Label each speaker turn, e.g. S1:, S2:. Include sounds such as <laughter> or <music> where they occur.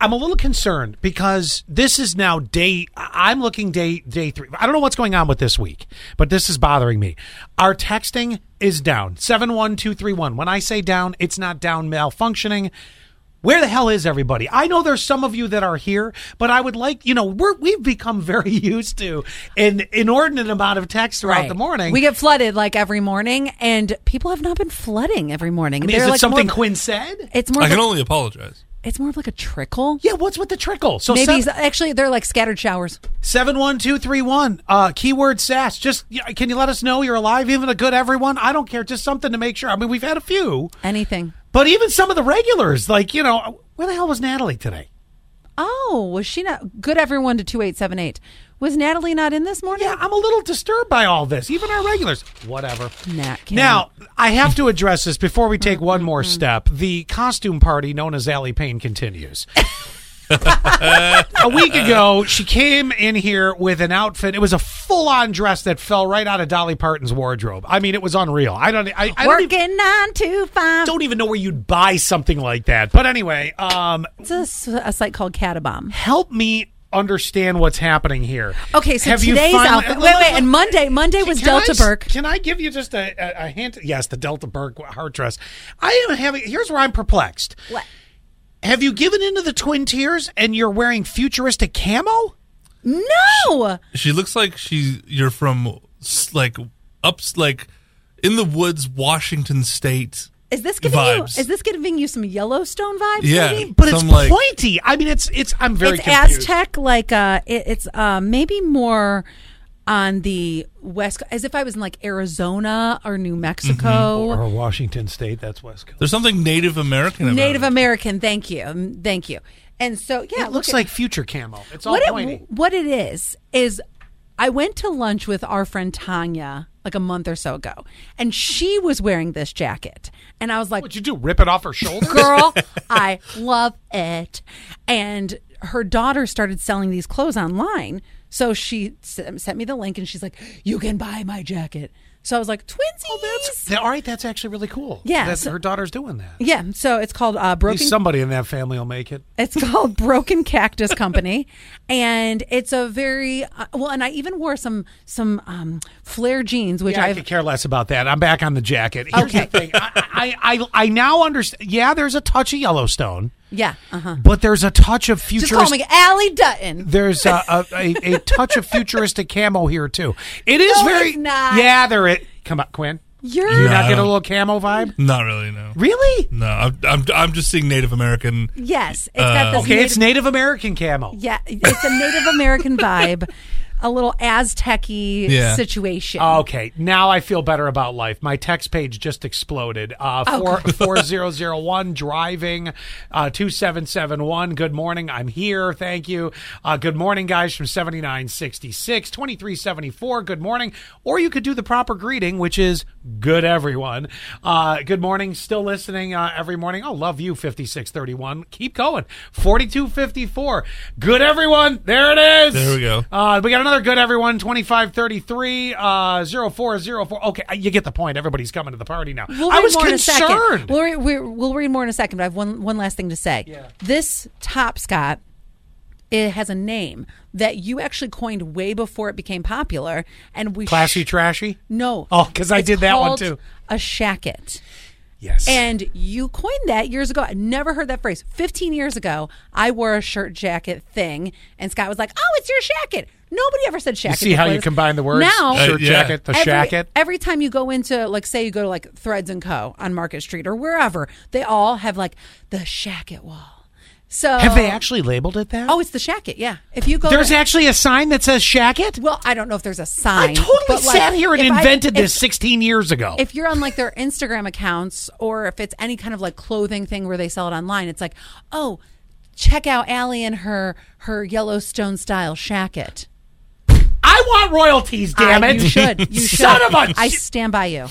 S1: I'm a little concerned because this is now day. I'm looking day day three. I don't know what's going on with this week, but this is bothering me. Our texting is down seven one two three one. When I say down, it's not down malfunctioning. Where the hell is everybody? I know there's some of you that are here, but I would like you know we're, we've become very <laughs> used to an inordinate amount of text throughout
S2: Right.
S1: the morning.
S2: We get flooded like every morning, and people have not been flooding every morning.
S1: I mean, is
S2: They're,
S1: it
S2: like,
S1: something
S2: more of-
S1: Quinn said?
S2: It's more.
S3: I
S2: Of
S3: can
S2: a,
S3: only apologize.
S2: it's more of like a trickle.
S1: yeah, what's with the trickle? So
S2: Maybe
S1: seven-
S2: it's- actually they're like scattered showers.
S1: Seven one two three one. Uh, keyword sass. Just yeah, can you let us know you're alive? Even a good everyone. I don't care. Just something to make sure. I mean, we've had a few,
S2: Anything.
S1: but even some of the regulars, like you know, where the hell was Natalie today?
S2: Oh, was she not good? Everyone to two eight seven eight. Was Natalie not in this morning?
S1: Yeah, I'm a little disturbed by all this. Even our regulars. Whatever.
S2: Nat King.
S1: Now, I have to address this before we take one more step. The costume party known as Allie Payne continues. a week ago, she came in here with an outfit. It was a full-on dress that fell right out of Dolly Parton's wardrobe. I mean, it was unreal. I don't. I, I don't even,
S2: Working nine to five.
S1: don't even know where you'd buy something like that. But anyway, um,
S2: It's a, s- a site called Catabomb.
S1: help me understand what's happening here.
S2: Okay, so
S1: Have you
S2: today's
S1: finally-
S2: outfit. Wait, wait, and Monday. Monday was
S1: Can I
S2: Delta
S1: s-
S2: Burke.
S1: Can I give you just a, a, a hint? Yes, the Delta Burke heart dress. I am having. Here's where I'm perplexed.
S2: What?
S1: Have you given into the twin tears and you're wearing futuristic camo?
S2: No.
S3: She looks like she you're from s- like ups like in the woods, Washington State.
S2: Is this giving
S3: Vibes.
S2: you? Is this giving you some Yellowstone vibes?
S3: Yeah.
S2: maybe?
S1: But it's
S3: Some, like-
S1: pointy. I mean, it's it's. I'm very
S2: it's
S1: confused.
S2: Aztec, like uh, it, it's uh, maybe more on the west, co- as if I was in like Arizona or New Mexico.
S1: Mm-hmm. Or Washington State. That's West Coast.
S3: There's something Native American about
S2: Native
S3: it.
S2: American. Thank you, Mm, thank you. And so, yeah,
S1: it looks
S2: look at-
S1: like future camo. It's all
S2: what
S1: pointy.
S2: it, what it is is I went to lunch with our friend Tanya like a month or so ago, and she was wearing this jacket, and I was like,
S1: What'd you do? Rip it off her shoulder?
S2: <laughs> girl i love it and her daughter started selling these clothes online so she s- sent me the link and she's like you can buy my jacket so i was like twinsies
S1: Yeah, all right, Oh, that's actually really cool.
S2: Yeah,
S1: That's-
S2: so-
S1: her daughter's doing that.
S2: <laughs> yeah so it's called uh,
S1: At
S2: broken
S1: least somebody in that family will make it.
S2: <laughs> It's called Broken Cactus Company, and it's a very uh, well. And I even wore some some um, flare jeans, which
S1: Yeah, I
S2: I've
S1: could care less about that. I'm back on the jacket. Here's
S2: Okay.
S1: the thing. I, I, I, I now understand. Yeah, there's a touch of Yellowstone,
S2: yeah. Uh-huh.
S1: but there's a touch of futuristic.
S2: Just call me Allie Dutton.
S1: There's a, a,
S2: <laughs>
S1: a, a touch of futuristic camo here too. It is
S2: No,
S1: very.
S2: it's not.
S1: Yeah, there it. Come on, Quinn.
S2: You're
S1: Do you not
S3: No.
S1: get a little camo vibe?
S3: Not really, no.
S1: Really?
S3: No, I'm, I'm I'm just seeing Native American.
S2: yes. It's got this
S1: Uh, Okay,
S2: native-
S1: it's Native American camo.
S2: Yeah, it's a Native
S1: <laughs>
S2: American vibe, a little Aztec-y
S3: Yeah.
S2: situation.
S1: Okay, now I feel better about life. My text page just exploded. Uh,
S3: Oh,
S1: four
S3: <laughs>
S1: four zero zero one driving, uh, two seven seven one. Good morning, I'm here. Thank you. Uh, good morning, guys from seventy nine sixty six twenty three seventy four. Good morning, or you could do the proper greeting, which is good everyone. Uh, good morning, still listening uh, every morning. Oh, love you fifty six thirty one. Keep going forty two fifty four. Good everyone, there it is.
S3: There we go.
S1: Uh, we got another good everyone 2533 uh 0404. Okay, uh, you get the point. Everybody's coming to the party now.
S2: We'll
S1: I
S2: read
S1: was
S2: more In a
S1: concerned.
S2: second. We'll, re- we we'll read more in a second, but I have one, one last thing to say. This top, Scott, it has a name that you actually coined way before it became popular. and we
S1: Classy
S2: sh-
S1: trashy?
S2: No.
S1: Oh, 'cause I
S2: It's
S1: did that one,
S2: called
S1: too.
S2: A shacket.
S1: Yes.
S2: And you coined that years ago. I never heard that phrase. 15 years ago, I wore a shirt jacket thing, and Scott was like, oh, it's your shacket. Nobody ever said shacket.
S1: See how
S2: before
S1: you
S2: this.
S1: combine the words?
S2: Now,
S3: Uh,
S1: Shirt
S3: yeah.
S1: jacket, the
S2: every,
S1: shacket.
S2: Every time you go into, like, say you go to like Threads and Co. on Market Street or wherever, they all have like the shacket wall. So
S1: Have they actually labeled it that?
S2: Oh, it's the shacket. Yeah. If you go,
S1: There's
S2: to,
S1: actually a sign that says shacket?
S2: well, I don't know if there's a sign.
S1: I totally
S2: but, like,
S1: sat here and
S2: if I-
S1: invented
S2: if-
S1: this 16 years ago.
S2: if you're on like their Instagram accounts or if it's any kind of like clothing thing where they sell it online, it's like, oh, check out Allie and her her Yellowstone style shacket.
S1: I want royalties, damn
S2: I-
S1: it.
S2: You should. You should.
S1: <laughs> Son of a
S2: I stand by you.